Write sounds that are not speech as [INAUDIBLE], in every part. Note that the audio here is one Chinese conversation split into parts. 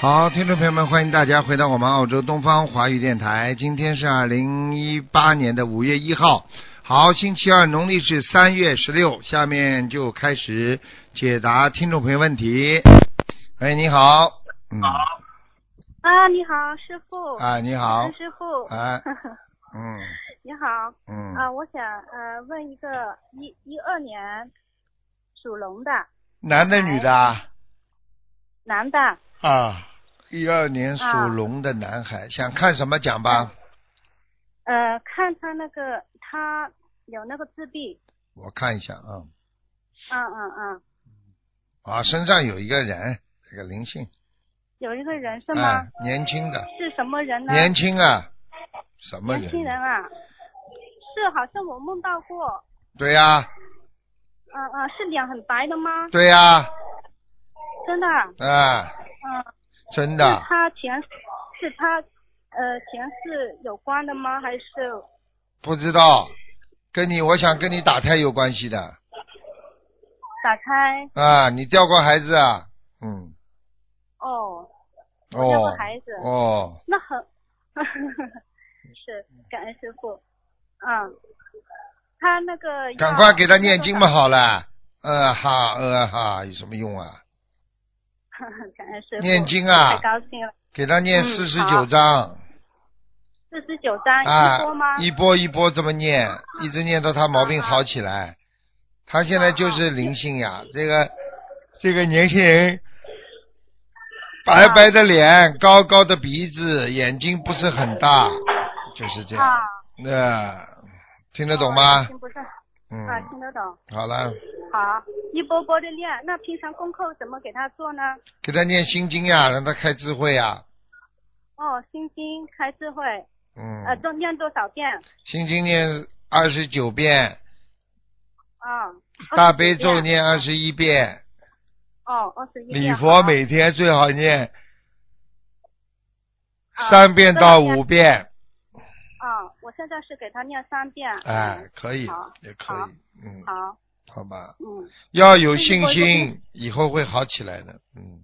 好，听众朋友们，欢迎大家回到我们澳洲东方华语电台。今天是二零一八年的五月一号，好，星期二，农历是三月十六。下面就开始解答听众朋友问题。哎，你好，嗯，啊，你好，师傅。啊，你好陈，师傅。哎，嗯 [LAUGHS] 你好。嗯，啊，我想呃问一个一一二年属龙的男的女的啊？男的，啊，一二年属啊龙的男孩，想看什么讲吧？呃，看他那个他有那个自闭，我看一下啊，嗯嗯嗯，啊，身上有一个人，这个灵性，有一个人是吗？啊，年轻的，是什么人呢？年轻啊，什么年轻人啊，是好像我梦到过，对呀、嗯嗯，是脸很白的吗？对呀、真的，啊，嗯，真是的，他前是他呃前世有关的吗？还是不知道，跟你我想跟你打胎有关系的打开啊，你掉过孩子啊？嗯，哦？我掉过哦孩子，哦，那很，是感恩师傅，嗯，他那个赶快给他要念经嘛，，好了，呃哈呃哈，有什么用啊？感 [LAUGHS] 恩师傅念经啊太高兴了，给他念嗯四十好九章。四十九章啊一波吗？，一波一波这么念，一直念到他毛病好起来。他现在啊就是灵性呀，这个这个年轻人，啊白白的脸，高高的鼻子，眼睛不是很大，就是这样啊。哦那、听得懂吗？听不是嗯，啊，听得懂。好了，好，一波波的念。那平常功课怎么给他做呢？给他念心经呀，让他开智慧啊呀。哦，心经开智慧，呃，嗯，多念多少遍？心经念二十九遍，啊、大悲咒29遍念二十一遍，哦，二十一礼遍。佛好每天最好念啊三遍到五遍。啊、我现在是给他念三遍。嗯哎，可以好，也可好以，嗯嗯，，好，好吧，嗯。要有信那你会心，以后会好起来的，嗯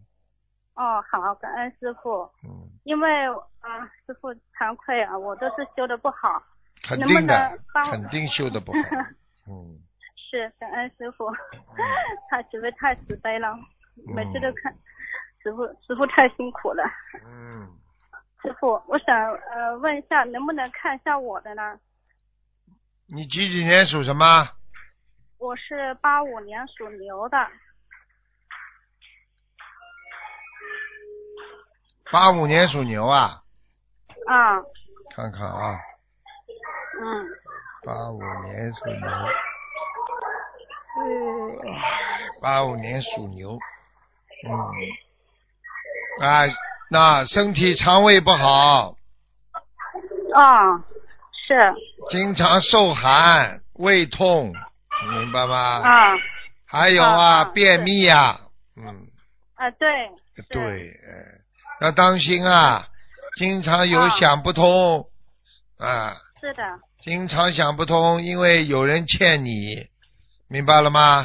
哦，好，感恩师傅，嗯，因为啊、师傅惭愧啊，我都是修的不好，肯能不定的能，帮我肯定修的不哦好，嗯， [LAUGHS] 是感恩师傅，他实在太慈悲了，每次都看、师傅，师傅太辛苦了。嗯，师傅，我想呃问一下，能不能看一下我的呢？你几几年属什么？我是八五年属牛的，八五年属牛啊，啊，看看啊，嗯，八五年属牛，嗯八五年属牛，嗯，啊，那身体肠胃不好，哦，是经常受寒、胃痛，明白吗？啊，还有啊，啊啊便秘呀、嗯，啊对，是对，哎要当心啊，经常有啊想不通啊，是的，经常想不通，因为有人欠你，明白了吗？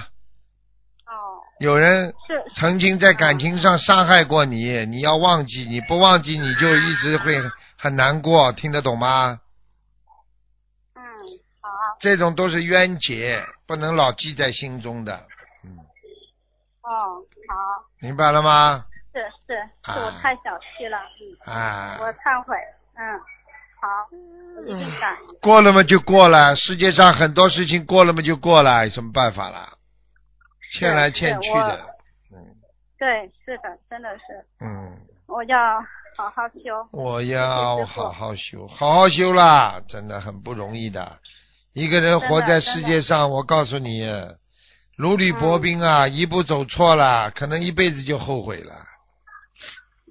哦，有人是曾经在感情上伤害过你，你要忘记，你不忘记你就一直会很难过，听得懂吗？嗯，好，这种都是冤结，不能老记在心中的，哦，好，明白了吗？是是，是我啊太小气了，嗯，啊，我忏悔，嗯，好，我一嗯定改，过了嘛就过了，世界上很多事情过了嘛就过了，有什么办法啦？欠来欠去是的，对，是的，真的是，嗯，我要好好修，我谢要谢师父好好修，好好修啦，真的很不容易的。一个人活在世界上，我告诉你，如履薄冰啊，一步走错了，可能一辈子就后悔了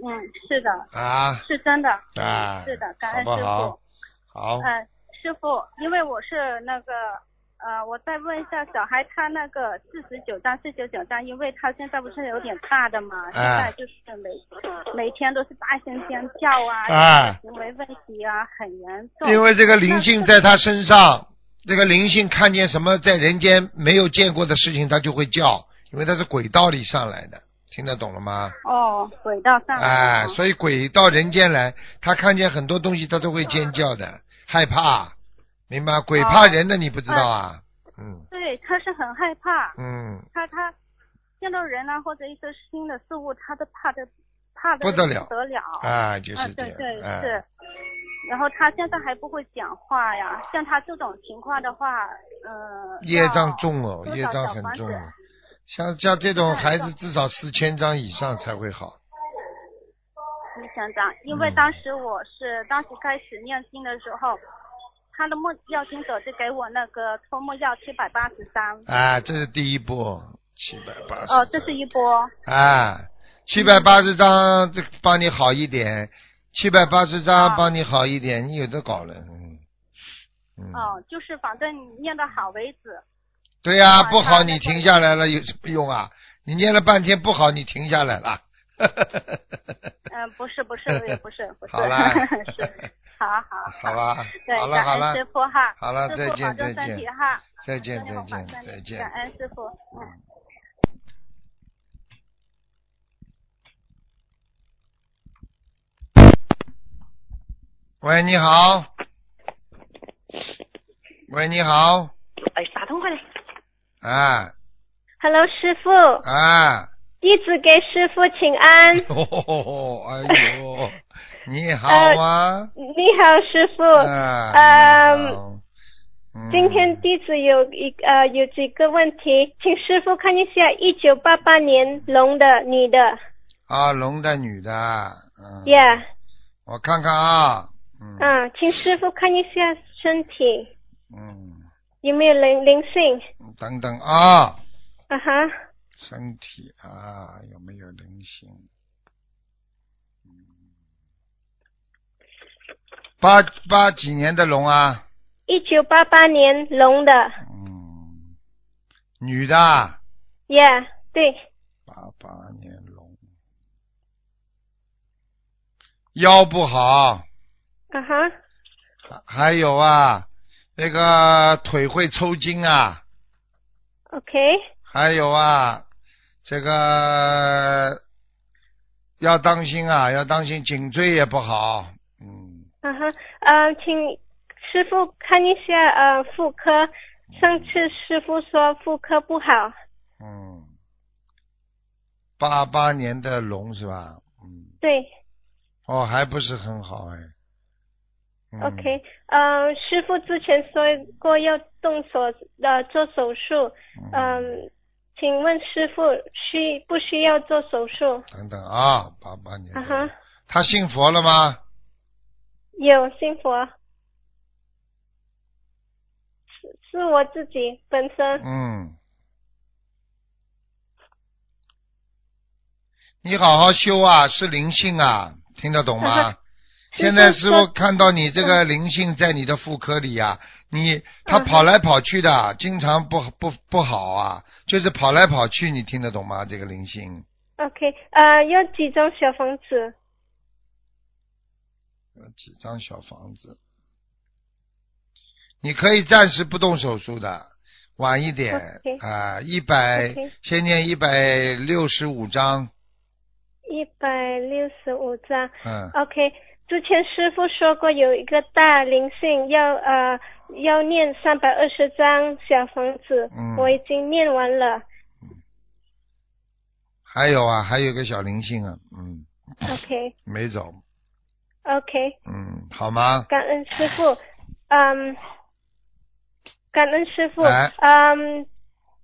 嗯，是的，啊是真的，啊！是的，感好恩不师好傅，？好，嗯，师傅，因为我是那个。呃，我再问一下，小孩他那个四十九张、四十九张，因为他现在不是有点大的嘛，啊现在就是每、每天都是大声尖叫啊，啊行为问题啊，很严重。因为这个灵性在他身上，这个灵性看见什么在人间没有见过的事情，他就会叫，因为他是鬼道里上来的，听得懂了吗？哦，轨道上。哎、所以鬼到人间来，他看见很多东西，他都会尖叫的，害怕，明哦白吗？鬼怕人的，你不知道啊？嗯对，他是很害怕，嗯，他他见到人啊或者一些新的事物，他都怕的怕的不得了不得了。啊，就是嗯，这对对样，哎是。然后他现在还不会讲话呀，像他这种情况的话，呃，业障要重哦，多业少障小很房重子啊哦。像像这种多少孩小啊子至少四千张以上才会好。你想长，因为嗯当时我是当时开始念经的时候，他的梦药经者就给我那个托梦药七百八十三，啊，这是第一波，七百八十。哦，这是一波，啊，七百八十张，这帮你好一点，七百八十张啊帮你好一点，你有的搞了，嗯，嗯，哦，就是反正你念到好为止，对呀、晚上不好你再停下来了有什么用啊？你念了半天不好，你停下来了，嗯、不是不是也不是不是，好啦 [LAUGHS] 是，好好好，吧，对，好了感好恩了，师傅哈，好了师再傅见保重再身体见哈，再见祝你再好见保重再见感。恩师傅，嗯。喂，你好。喂，你好。哎，打通快点。啊 Hello，师傅，啊。 [LAUGHS] 弟子给师傅请安。哦，哎呦，你好呃啊。你好，师傅。啊呃你好嗯今天弟子有一呃有几个问题，请师傅看一下一九八八年龙的女的啊，龙的女的，嗯，Yeah，我看看啊，嗯嗯，请师傅看一下身体嗯，有没有灵灵性，等等啊，啊哈，身体啊有没有灵性？嗯，八八几年的龙啊？一九八八年龙的嗯，女的啊， ，Yeah，对，八八年龙，腰不好，啊哈，还还有啊，那个腿会抽筋啊， OK，还有啊，这个要当心啊，要当心颈椎也不好，嗯，啊哈，呃，请师傅看一下呃妇科，上次师傅说妇科不好。嗯，八八年的龙是吧？嗯，对哦，还不是很好哎。嗯、 ，OK，呃，师傅之前说过要动手呃做手术，嗯、请问师傅需不需要做手术？等等啊，八八年的啊龙。哈，他信佛了吗？有幸福，是是我自己本身，嗯。你好好修啊，是灵性啊，听得懂 [LAUGHS] 吗？现在师傅看到你这个灵性在你的妇科里啊，你他嗯跑来跑去的，经常不不不好啊，就是跑来跑去，你听得懂吗？这个灵性， OK，呃，要几张小房子？有呃几张小房子，你可以暂时不动手术的，晚一点 OK 啊，一百 OK 先念一百六十五章，一百六十五张。嗯， OK，之前师傅说过有一个大灵性要呃要念三百二十张小房子，嗯我已经念完了。还有啊，还有个小灵性啊，嗯， OK 没走， OK，嗯，好吗？感恩师傅，嗯，感恩师傅，哎嗯，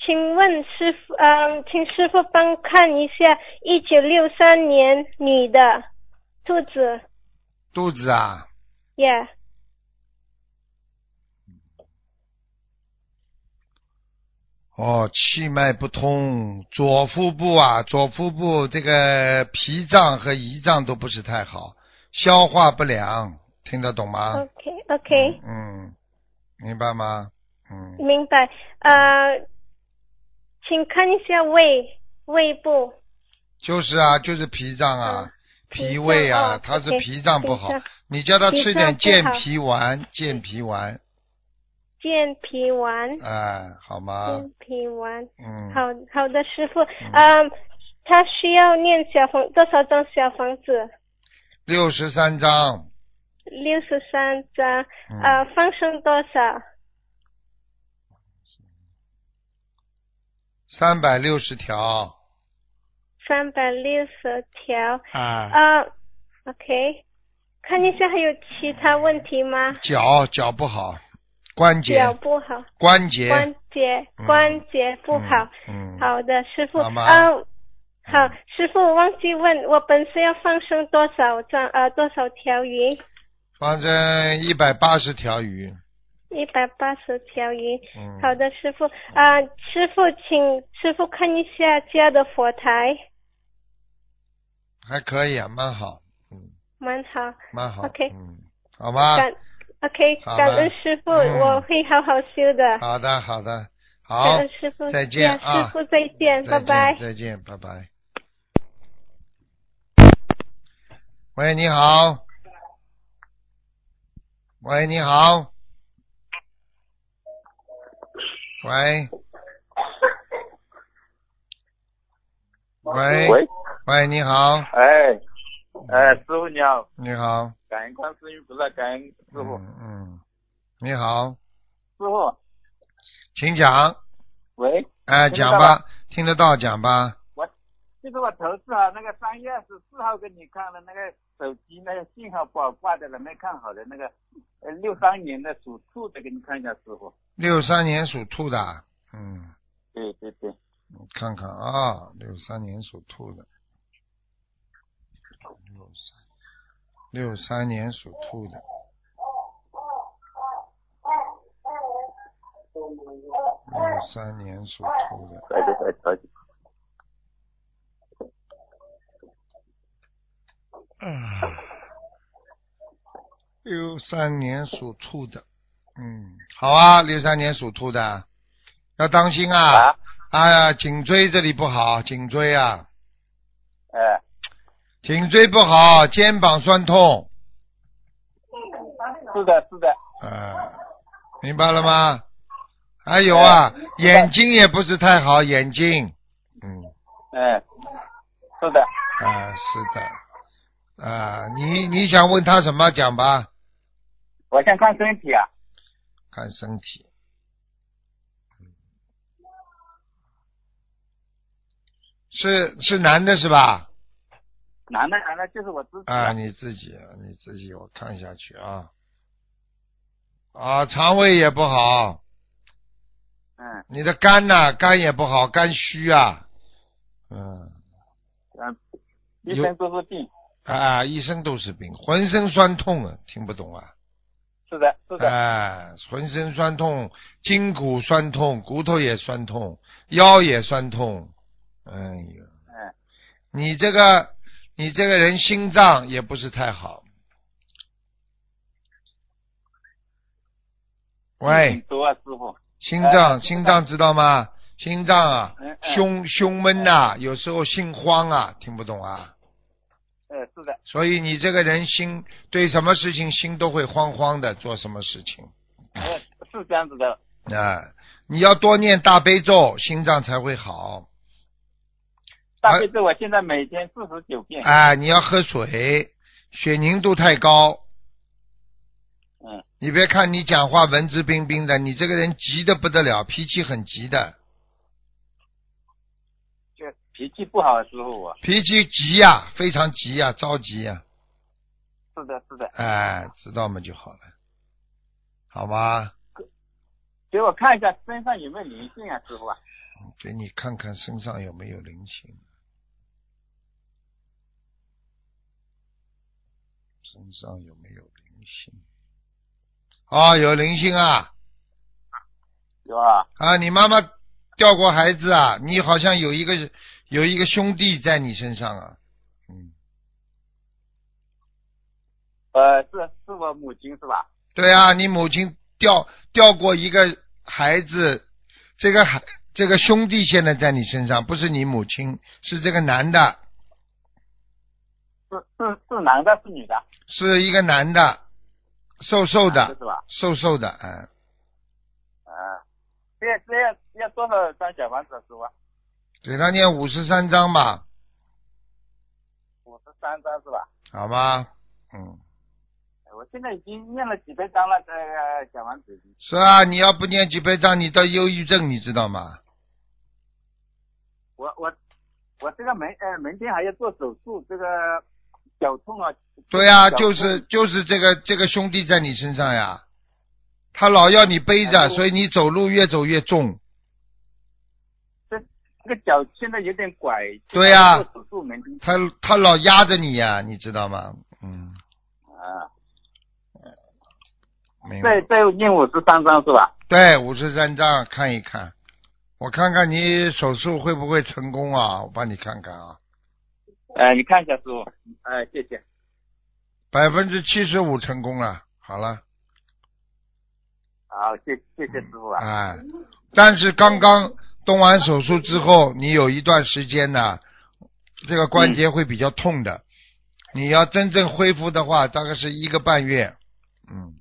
请问师傅，嗯，请师傅帮看一下一九六三年女的兔子肚子啊， ，Yeah，哦，气脉不通，左腹部啊，左腹部这个脾脏和胰脏都不是太好，消化不良，听得懂吗？ OK OK，、嗯，明白吗？嗯，明白，呃，请看一下胃胃部，就是啊，就是脾脏啊嗯，脾脾脏胃啊哦，它是 OK，脾脏不好脾脏，你叫他脾吃点脏不健好脾丸，健脾丸，健脾丸，哎，好吗？健脾丸。嗯，好好的，师傅，嗯、他需要念小房多少张小房子？六十三章，六十三张。嗯呃，放生多少？三百六十条，三百六十条。啊，呃，OK，看一下还有其他问题吗？脚脚不好，关节脚不好，关节关节嗯关节不好。，嗯，嗯好的，师傅。好吗嗯呃好，师傅，我忘记问，我本身要放生多少张呃多少条鱼？反正一百八十条鱼，一百八十条鱼。嗯，好的，师傅。啊、师傅，请师傅看一下家的佛台，还可以啊，蛮好，嗯，蛮好。蛮好 OK 嗯，好吗？感、OK，好吧感恩师傅，嗯我会好好修的。好的，好的，感好，恩师傅，再见呀啊师傅再见，再拜见拜。再见，拜拜。喂，你好。喂，你好。喂。喂。喂，喂，你好，哎，哎，师傅你好，你好，感恩观世音菩萨，感恩师傅。嗯嗯，你好，师傅，请讲，喂，哎，听得讲到吧，听得到讲吧，就是我头次啊，那个三月二十四号给你看的那个手机，那个信号不好挂掉了，没看好的那个，呃，六三年的属兔的，给你看一下，师傅。六三年属兔的，嗯，对对对，看看啊，六三年属兔的，六三六三年属兔的，六三年属兔的，快点快点快点，六三年属兔的，嗯，好啊，六三年属兔的，要当心啊，啊，哎呀，颈椎这里不好，颈椎啊，哎，颈椎不好，肩膀酸痛，是的，是的，呃，明白了吗？还有啊，眼睛也不是太好，眼睛，嗯，哎，是的，啊、是的，啊、你你想问他什么？讲吧，我先看身体啊，看身体。是是男的是吧？男的男的就是我自己啊，你自己你自己，我看下去啊。啊，肠胃也不好，嗯你的肝呐、肝也不好，肝虚啊，嗯。嗯，医生说是病，啊，一身都是病，浑身酸痛啊，听不懂啊，是的，是的，哎，浑身酸痛，筋骨酸痛，骨头也酸痛，腰也酸痛，哎呀，嗯。你这个你这个人心脏也不是太好。挺喂，多啊，师傅。心脏哎心脏知道吗？心脏啊嗯，嗯胸胸闷呐、有时候心慌啊，听不懂啊。呃，是的，所以你这个人心对什么事情心都会慌慌的，做什么事情呃，是这样子的。啊、你要多念大悲咒，心脏才会好。大悲咒我现在每天四十九遍。啊、你要喝水，血凝度太高。嗯，你别看你讲话文质彬彬的，你这个人急得不得了，脾气很急的，就脾气不好的时候我。脾气急呀、非常急呀、着急呀、是的，是的。哎、知道吗就好了，好吗？给我看一下身上有没有灵性啊，师傅啊？给你看看身上有没有灵性，身上有没有灵性？啊、有灵性啊！有啊。啊，你妈妈掉过孩子啊，你好像有一个有一个兄弟在你身上啊，嗯，呃，是是我母亲是吧？对啊，你母亲掉掉过一个孩子，这个孩这个兄弟现在在你身上，不是你母亲，是这个男的，是是是男的，是女的？是一个男的，瘦瘦男的是，吧？瘦瘦的，嗯，嗯、这这要要多少张小房子啊，师傅啊？给他念五十三章吧，三张是吧？哎好吧，嗯。我现在已经念了几百张了，这个小王子。是啊，你要不念几百张，你得忧郁症，你知道吗？我我我这个门呃门前还要做手术，这个脚痛啊。对呀、啊，就是就是这个这个兄弟在你身上呀，他老要你背着，哎我所以你走路越走越重。这这个脚现在有点拐。对呀做手术门前他他老压着你呀，你知道吗？嗯，啊，明白再。再念五十三张是吧？对，五十三张看一看，我看看你手术会不会成功啊？我帮你看看啊，呃，你看一下师傅，哎、谢谢。百分之七十五成功了，好了，好，谢谢谢师傅啊。哎，但是刚刚动完手术之后，你有一段时间呢，这个关节会比较痛的，你要真正恢复的话，大概是一个半月，嗯，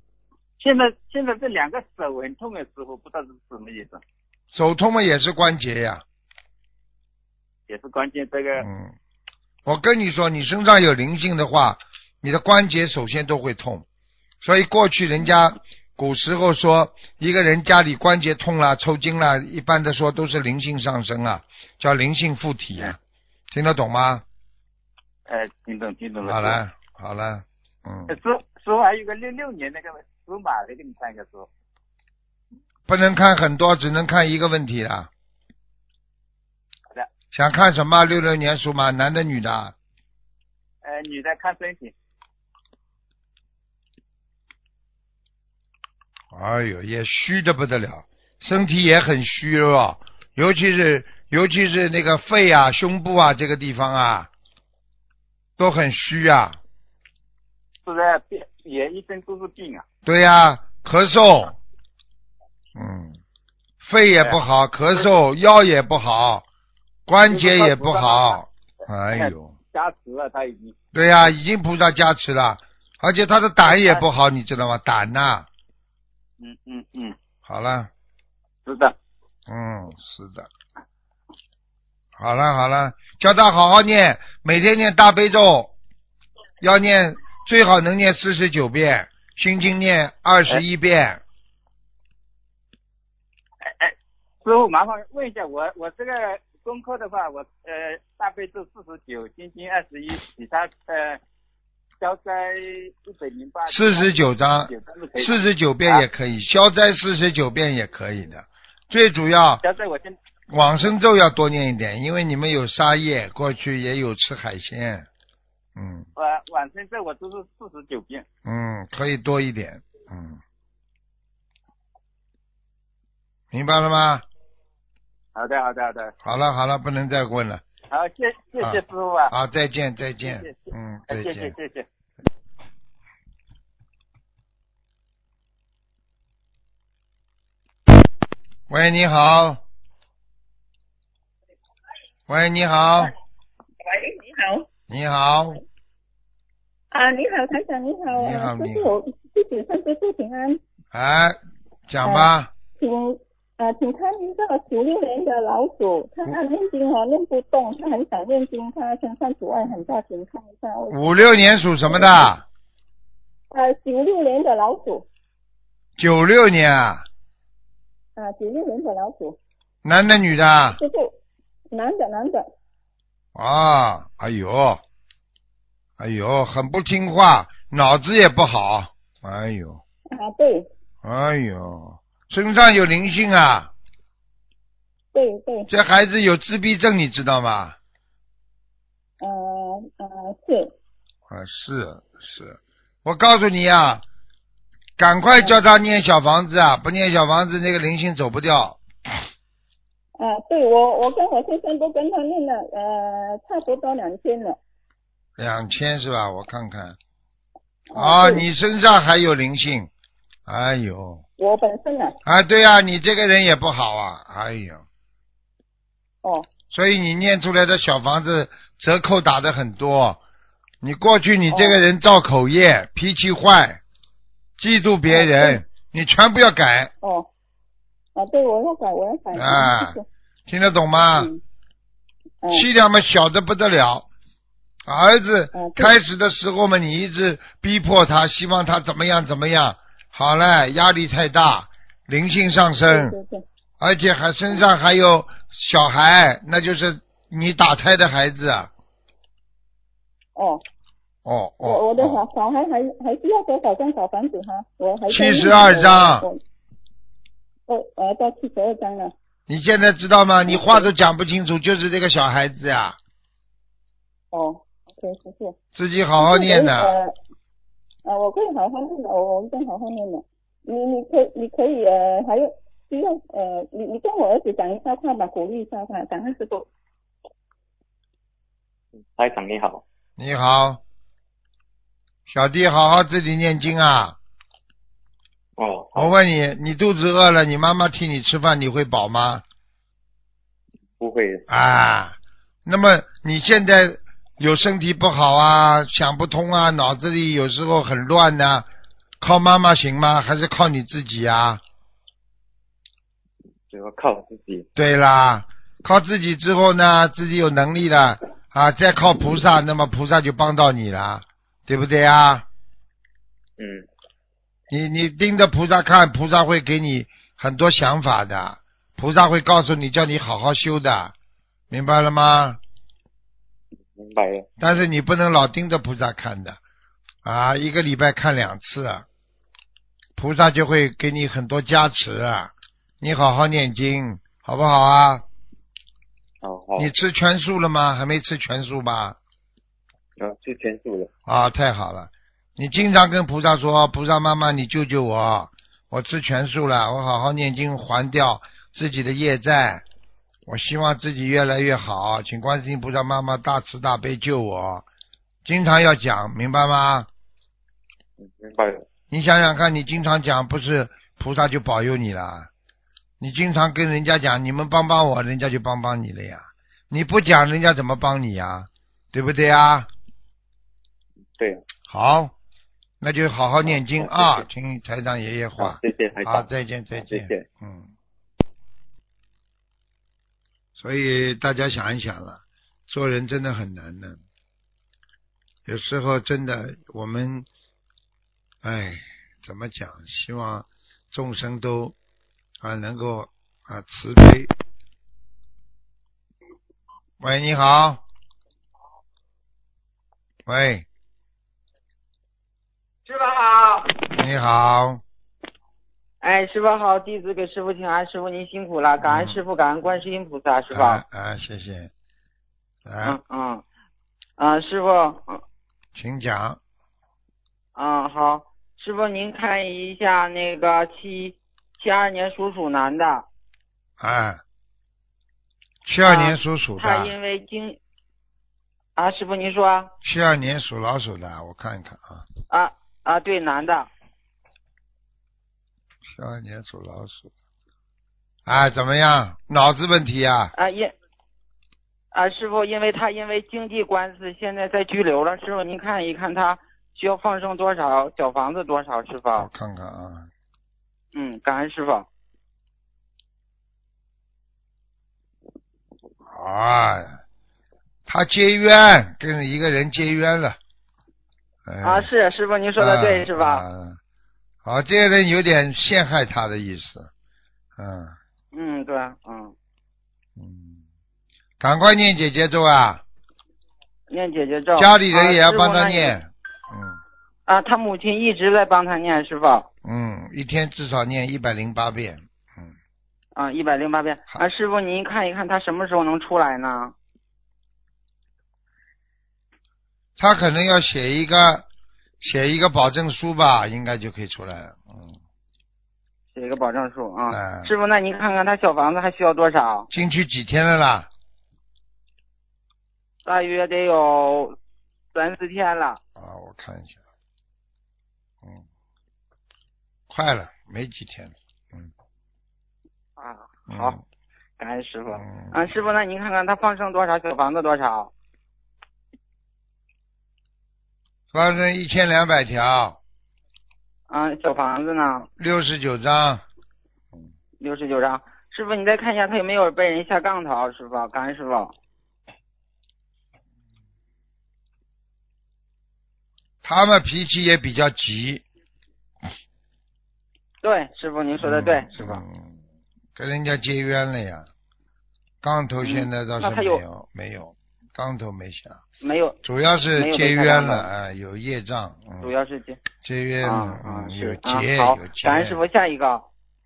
现在现在这两个手很痛的师傅，不知道是什么意思，手痛嘛也是关节呀、也是关键这个。嗯，我跟你说，你身上有灵性的话，你的关节首先都会痛。所以过去人家嗯古时候说，一个人家里关节痛啦、抽筋啦，一般的说都是灵性上升啊，叫灵性附体嗯啊，听得懂吗？呃，听懂听懂了。好了，好了，嗯呃。，师师傅还有个六六年那个属马的，给你看一下师傅。不能看很多，只能看一个问题了。好的。想看什么？六六年属马，男的女的啊？呃，女的看身体，哎呦，也虚的不得了，身体也很虚弱，尤其是尤其是那个肺啊、胸部啊这个地方啊，都很虚啊。是在病也一身都是病啊。对呀、咳嗽，嗯，肺也不好，咳嗽，腰也不好，关节也不好。哎呦，加持了，他已经对呀、已经菩萨加持了，而且他的胆也不好，你知道吗？胆呐、嗯嗯嗯，好了。知道。嗯，是的。好了好了，叫他好好念，每天念大悲咒，要念最好能念四十九遍，心经念二十一遍。哎哎， [LAUGHS] 师傅麻烦问一下，我我这个功课的话，我呃大悲咒四十九，心经二十一，其他呃消灾一百零八。 49章九张四十九遍也可以，消灾四十九遍也可以的。最主要消灾我先往生咒要多念一点，因为你们有杀业，过去也有吃海鲜，嗯我呃晚上这我都是四十九遍。嗯，可以多一点，嗯，明白了吗？好的好的好的，好了好了，不能再问了。好谢谢啊谢师傅啊，好，再见，再见谢谢，嗯，哎再谢谢见。谢谢。喂，你好。喂，你好，喂，你好，你好，啊，你好，台长，你好，你好啊你师好傅，弟子上师傅平安，哎，讲吧，请呃，请看一个九六年的老鼠，他按念经啊念不动，他很想念经，他身上阻碍很大，请看一下。五六年属什么的？呃，九六年的老鼠，九六年啊，啊，九六年的老鼠，男的女的啊？师傅，男的男的，啊，哎呦，哎呦，很不听话，脑子也不好，哎呦，啊，对哎呦，身上有灵性啊，对对，这孩子有自闭症，你知道吗？呃呃是，啊，是是，我告诉你啊，赶快叫他念小房子啊，不念小房子那个灵性走不掉。啊，对我我跟我先生都跟他念了，呃，差不多两天了。两千是吧？我看看。啊啊，对你身上还有灵性，哎呦，我本身啊，啊，对啊，你这个人也不好啊，哎呦，哦，所以你念出来的小房子折扣打的很多。你过去你这个人造口业，脾气坏，嫉妒别人，你全部要改，哦，啊，对，我要改，我要改。啊谢谢听得懂吗？嗯，嗯气量嘛小的不得了，儿子嗯开始的时候嘛，你一直逼迫他，希望他怎么样怎么样。好了，压力太大，灵性上升，对对对而且还身上还有小孩，那就是你打胎的孩子啊。哦，哦哦。我我的哦小小孩还还需要多少张小房子哈？我还在72张我我我呃要到七十二张了。你现在知道吗？嗯你话都讲不清楚，就是这个小孩子呀、哦，OK，谢谢。自己好好念的。呃，呃，我会好好念的，我我会好好念的。你你可以你可以呃，还有需要呃，你你跟我儿子讲一下话吧，鼓励一下他，感恩师傅。哎台长你好，你好，小弟，好好自己念经啊！哦，我问你，你肚子饿了，你妈妈替你吃饭，你会饱吗？不会，啊，那么你现在有身体不好啊，想不通啊，脑子里有时候很乱呐、靠妈妈行吗？还是靠你自己啊？主要靠自己，对啦，靠自己之后呢，自己有能力了啊，再靠菩萨，那么菩萨就帮到你了，对不对啊？嗯，你你盯着菩萨看，菩萨会给你很多想法的，菩萨会告诉你，叫你好好修的，明白了吗？明白了，但是你不能老盯着菩萨看的，啊，一个礼拜看两次，啊，菩萨就会给你很多加持啊。你好好念经，好不好啊？好哦好，你吃全素了吗？还没吃全素吧？呃，吃全素了，啊，太好了！你经常跟菩萨说：“菩萨妈妈，你救救我！我吃全素了，我好好念经，还掉自己的业债。我希望自己越来越好，请观世音菩萨妈妈大慈大悲救我。”经常要讲，明白吗？嗯明白了，你想想看，你经常讲不是菩萨就保佑你啦，你经常跟人家讲你们帮帮我，人家就帮帮你了呀。你不讲，人家怎么帮你呀？对不对呀？对，好，那就好好念经好啊谢，谢听台长爷爷话好，。啊谢谢台好，长，再见，再见，好谢谢嗯。所以大家想一想了，做人真的很难的，有时候真的我们，哎，怎么讲？希望众生都啊能够啊慈悲。喂，你好。喂，师傅好，你好，哎，师傅好，弟子给师傅请安，师傅您辛苦了，感嗯恩师傅，感恩观世音菩萨，师傅。啊啊，谢谢，啊嗯，嗯，嗯，师傅，嗯请讲。嗯，好，师傅您看一下那个七七二年属鼠男的，哎，七二啊年属鼠他的，因为经，啊，师傅您说啊七二年属老鼠的，我看一看啊，啊啊，对，男的，七二年属老鼠的，哎，怎么样？脑子问题啊？啊因，啊师傅，因为他因为经济官司现在在拘留了，师傅您看一看他需要放生多少，小房子多少，师傅，我看看啊，嗯，感恩师傅。哎，他结冤，跟一个人结冤了，哎、啊，是师傅您说的对，是吧？啊好，这个人有点陷害他的意思，嗯嗯，对，嗯，嗯，赶快念姐姐咒啊，念姐姐咒，家里人也要啊师傅帮他那你念，嗯。啊，他母亲一直在帮他念，师傅，嗯，一天至少念一百零八遍。嗯，啊，一百零八遍，好啊，师傅您看一看他什么时候能出来呢？他可能要写一个写一个保证书吧，应该就可以出来了。嗯，写一个保证书啊，嗯师傅，那您看看他小房子还需要多少？进去几天了啦？大约得有三四天了，啊，我看一下。嗯，快了，没几天了。嗯，啊，嗯好，感恩师傅，嗯啊，师傅，那您看看他放生多少，小房子多少？放生一千两百条，啊，小房子呢？六十九张。六十九张。师傅，你再看一下他有没有被人下杠头？师傅，感恩师傅。他们脾气也比较急。对，师傅您说的对，嗯师傅。嗯跟人家结冤了呀。杠头现在倒嗯那是他没有有，没有，杠头没下，没有，主要没是有结被下冤杠了，头哎，有业障，嗯主要是结结冤，啊嗯啊有是啊结好有，结，感恩师傅，下一个。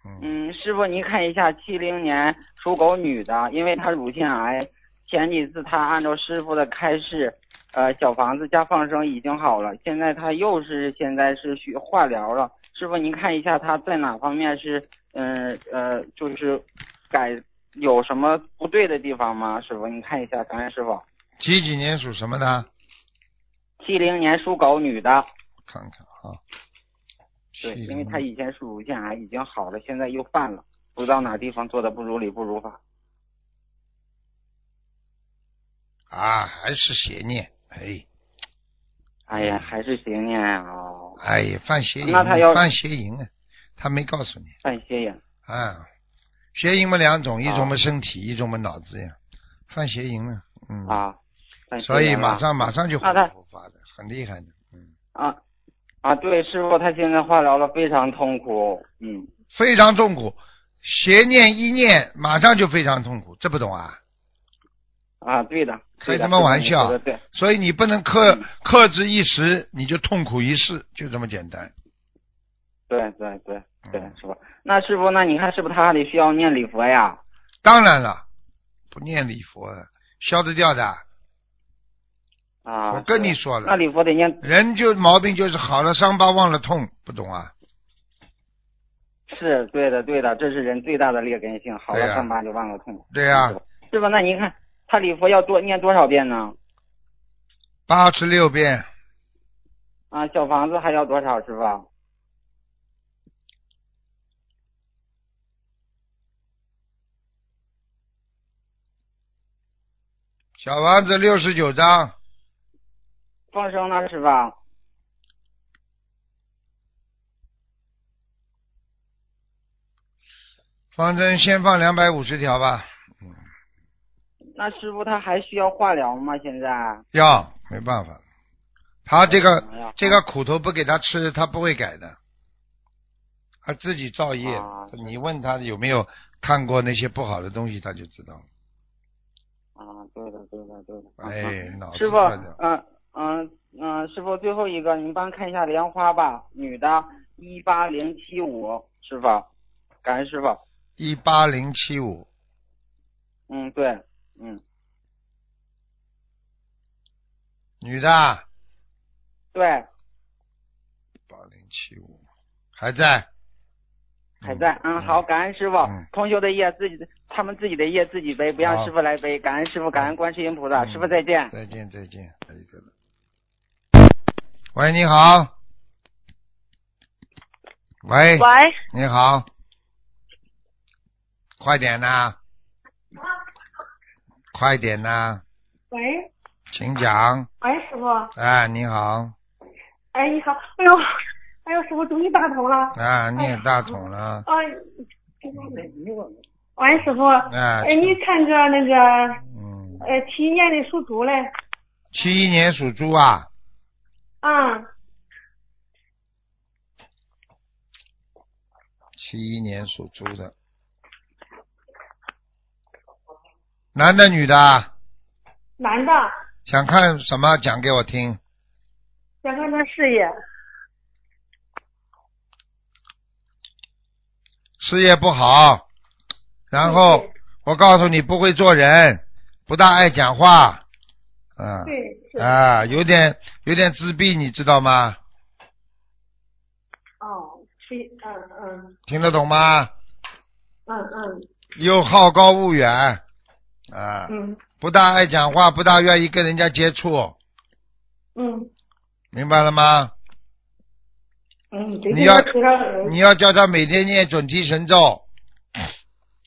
嗯，嗯，师傅，您看一下七零年属狗女的，因为她乳腺癌，前几次她按照师傅的开示，呃，小房子加放生已经好了，现在她又是现在是去化疗了。师傅，您看一下她在哪方面是，嗯呃就是改有什么不对的地方吗？师傅，您看一下，感恩师傅。几几年属什么的？七零年属狗女的，看看啊，对， 70因为她以前是乳腺癌已经好了，现在又犯了，不知道哪地方做的不如理不如法。啊还是邪念，哎哎呀，还是邪念啊，哎呀犯邪淫，那他要犯邪淫啊，他没告诉你犯邪淫。啊，邪淫嘛两种，一啊种嘛身体，一种嘛脑子呀，犯邪淫了，嗯，啊，犯邪淫所以了马上马上就那他复发的，很厉害的，嗯，啊啊，对，师傅他现在化疗了，非常痛苦，嗯，非常痛苦，邪念一念马上就非常痛苦，这不懂啊？啊，对的，开对的什么玩笑师傅你说的对，所以你不能克、嗯克制一时，你就痛苦一世，就这么简单。对对对对嗯，师傅，那师傅，那你看是不是他还得需要念礼佛呀？当然了，不念礼佛的消得掉的。啊，我跟你是说那了，礼佛得念，人就毛病就是好了伤疤忘了痛，不懂啊？是对的对的，这是人最大的劣根性，好对啊了呀伤疤就忘了痛。对啊呀、是吧师傅，那您看他礼佛要多念多少遍呢？八十六遍啊，小房子还要多少，师傅？小王子六十九章，放生呢，师傅？方针先放两百五十条吧。那师傅他还需要化疗吗？现在？啊要没办法，他这个哎呀这个苦头不给他吃，他不会改的，他自己造业。啊你问他有没有看过那些不好的东西，他就知道了。啊，对的，对的，对的。哎嗯脑子师傅，坏掉嗯嗯嗯，师傅，最后一个，您帮看一下莲花吧，女的，一八零七五，师傅，感恩师傅。一八零七五，嗯，对，嗯，女的啊，对，八零七五还在，还在。嗯，好，感恩师傅嗯。同修的业自己的，他们自己的业自己背，不让好师傅来背。感恩师傅，感恩观世音菩萨。嗯师傅再见。再见再见，还有一个了。喂，你好。喂，喂，你好，快点呐、快点呐、喂，请讲。喂，师傅，哎，你好，哎，你好，哎呦，哎呦，师傅终于打通了，啊，你也大桶了，哎，喂，师傅，哎，哎，你看个那个，嗯，呃，七一年的属猪嘞，七一年属猪啊，嗯，七一年属猪的，男的女的啊，男的，想看什么讲给我听，想看他事业，事业不好，然后对我告诉你不会做人，不大爱讲话，嗯，对，是，啊，有点有点自闭，你知道吗？哦，是，嗯嗯听得懂吗？嗯嗯又好高骛远，啊，嗯不大爱讲话，不大愿意跟人家接触，嗯明白了吗？嗯，最你近要我出了，你要叫他每天念准提神咒，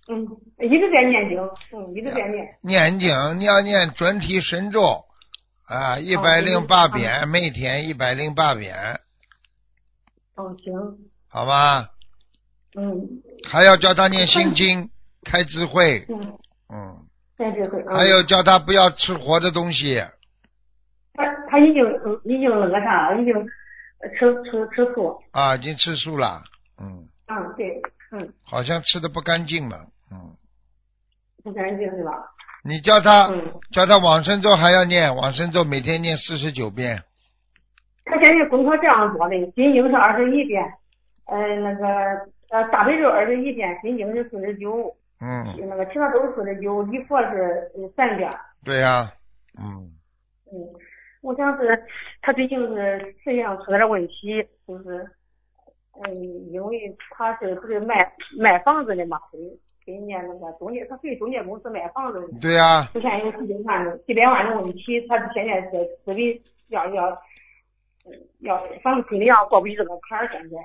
嗯，一直在念经，嗯，一直在念，念经你要念准提神咒啊，一百零八遍，每天一百零八遍，哦，行，好吧？嗯还要叫他念心经，开智慧，嗯，嗯，在这会，嗯还有叫他不要吃活的东西，他他已经嗯已经那个啥了，已经吃吃吃素。啊，已经吃素了，嗯，嗯，对，嗯，好像吃的不干净了，嗯，不干净是吧？你叫他、嗯叫他往生咒还要念，往生咒每天念四十九遍，他现在功课这样做的，心经是二十一遍，呃，那个呃大悲咒二十一遍，心经是四十九，嗯，那个其他都是四十九，礼佛是呃三遍。对呀、嗯，嗯，我想是他最近是思想出点问题，就是，嗯，因为他是不是卖卖房子的嘛，给给人家那个中介，他给中介公司卖房子的，对呀、出现有几百万的几百万的问题，他现在是自己要要，嗯要反正心里啊要过不去这个坎儿，现在。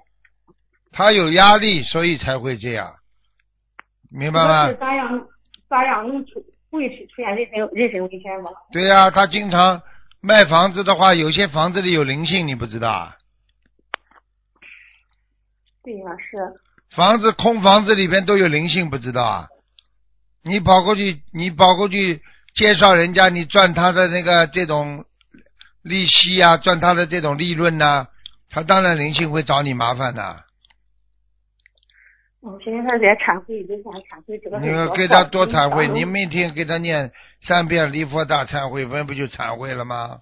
他有压力，所以才会这样，明白是吗？咋样咋样能出不会出现人身人身危险吗？对呀、他经常卖房子的话，有些房子里有灵性，你不知道啊？对呀、是。房子空房子里边都有灵性，不知道啊？你跑过去，你跑过去介绍人家，你赚他的那个这种利息啊，赚他的这种利润呐、他当然灵性会找你麻烦的、我现在嗯他在忏悔，就想忏悔这个你事儿要给他多好忏悔，嗯你每天给他念三遍离佛大忏悔文，不就忏悔了吗？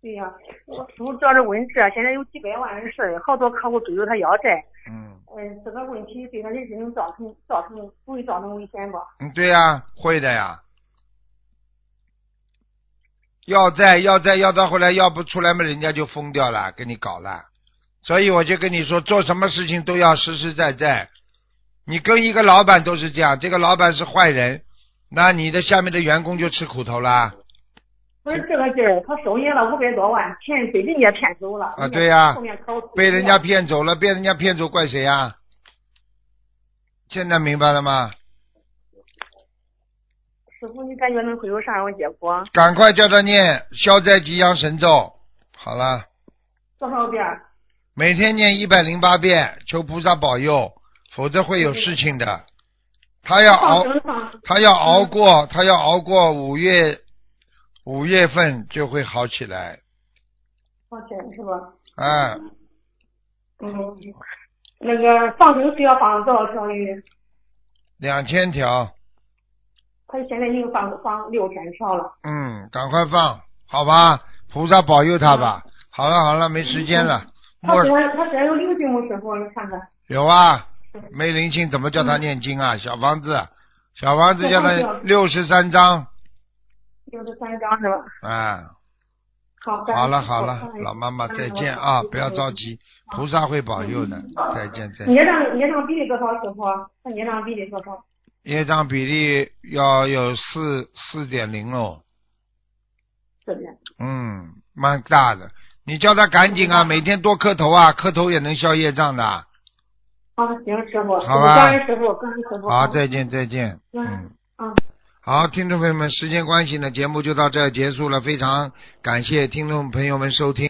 对呀、我我主要是问这，啊现在有几百万的事儿，好多客户追着他要债，嗯，嗯，这个问题对他人身能造成造成不会造成危险吧？嗯对呀、会的呀。要债要债要到后来要不出来嘛，人家就疯掉了，给你搞了。所以我就跟你说，做什么事情都要实实在在。你跟一个老板都是这样，这个老板是坏人，那你的下面的员工就吃苦头啦。不是这个劲儿，他收人了五百多万，钱被人家骗走了。啊对呀后面考被人家骗走了，被人家骗走怪谁啊？现在明白了吗？师傅，你感觉能会有啥样结果？赶快叫他念消灾吉祥神咒，好了，多少遍？每天念一百零八遍，求菩萨保佑，否则会有事情的。他要放熬，生上他要熬过，他要熬过五月，五月份就会好起来。放生是吧？啊，嗯，那个放生需要放多少条鱼？两千条，他现在已经放放六千条了。嗯，赶快放，好吧，菩萨保佑他吧。好了好了，没时间了，他默身上他身上有六性吗？师傅，你看看。有啊，没灵性怎么叫他念经啊？小房子，小房子叫他六十三章六十三张是吧？啊。好，嗯感恩好了师父好了，老妈妈再见啊！不要着。急，菩萨会保佑的。再见再见。感恩师父孽障孽障比例多少，师傅？那孽障比例多少？业障比例要有四四点零喽，这边嗯，蛮大的。你叫他赶紧啊，每天多磕头啊，磕头也能消业障的。啊好，行，师傅，好吧感恩师傅，感恩师傅。好，再见再见。嗯。嗯，好，听众朋友们，时间关系呢，节目就到这儿结束了。非常感谢听众朋友们收听。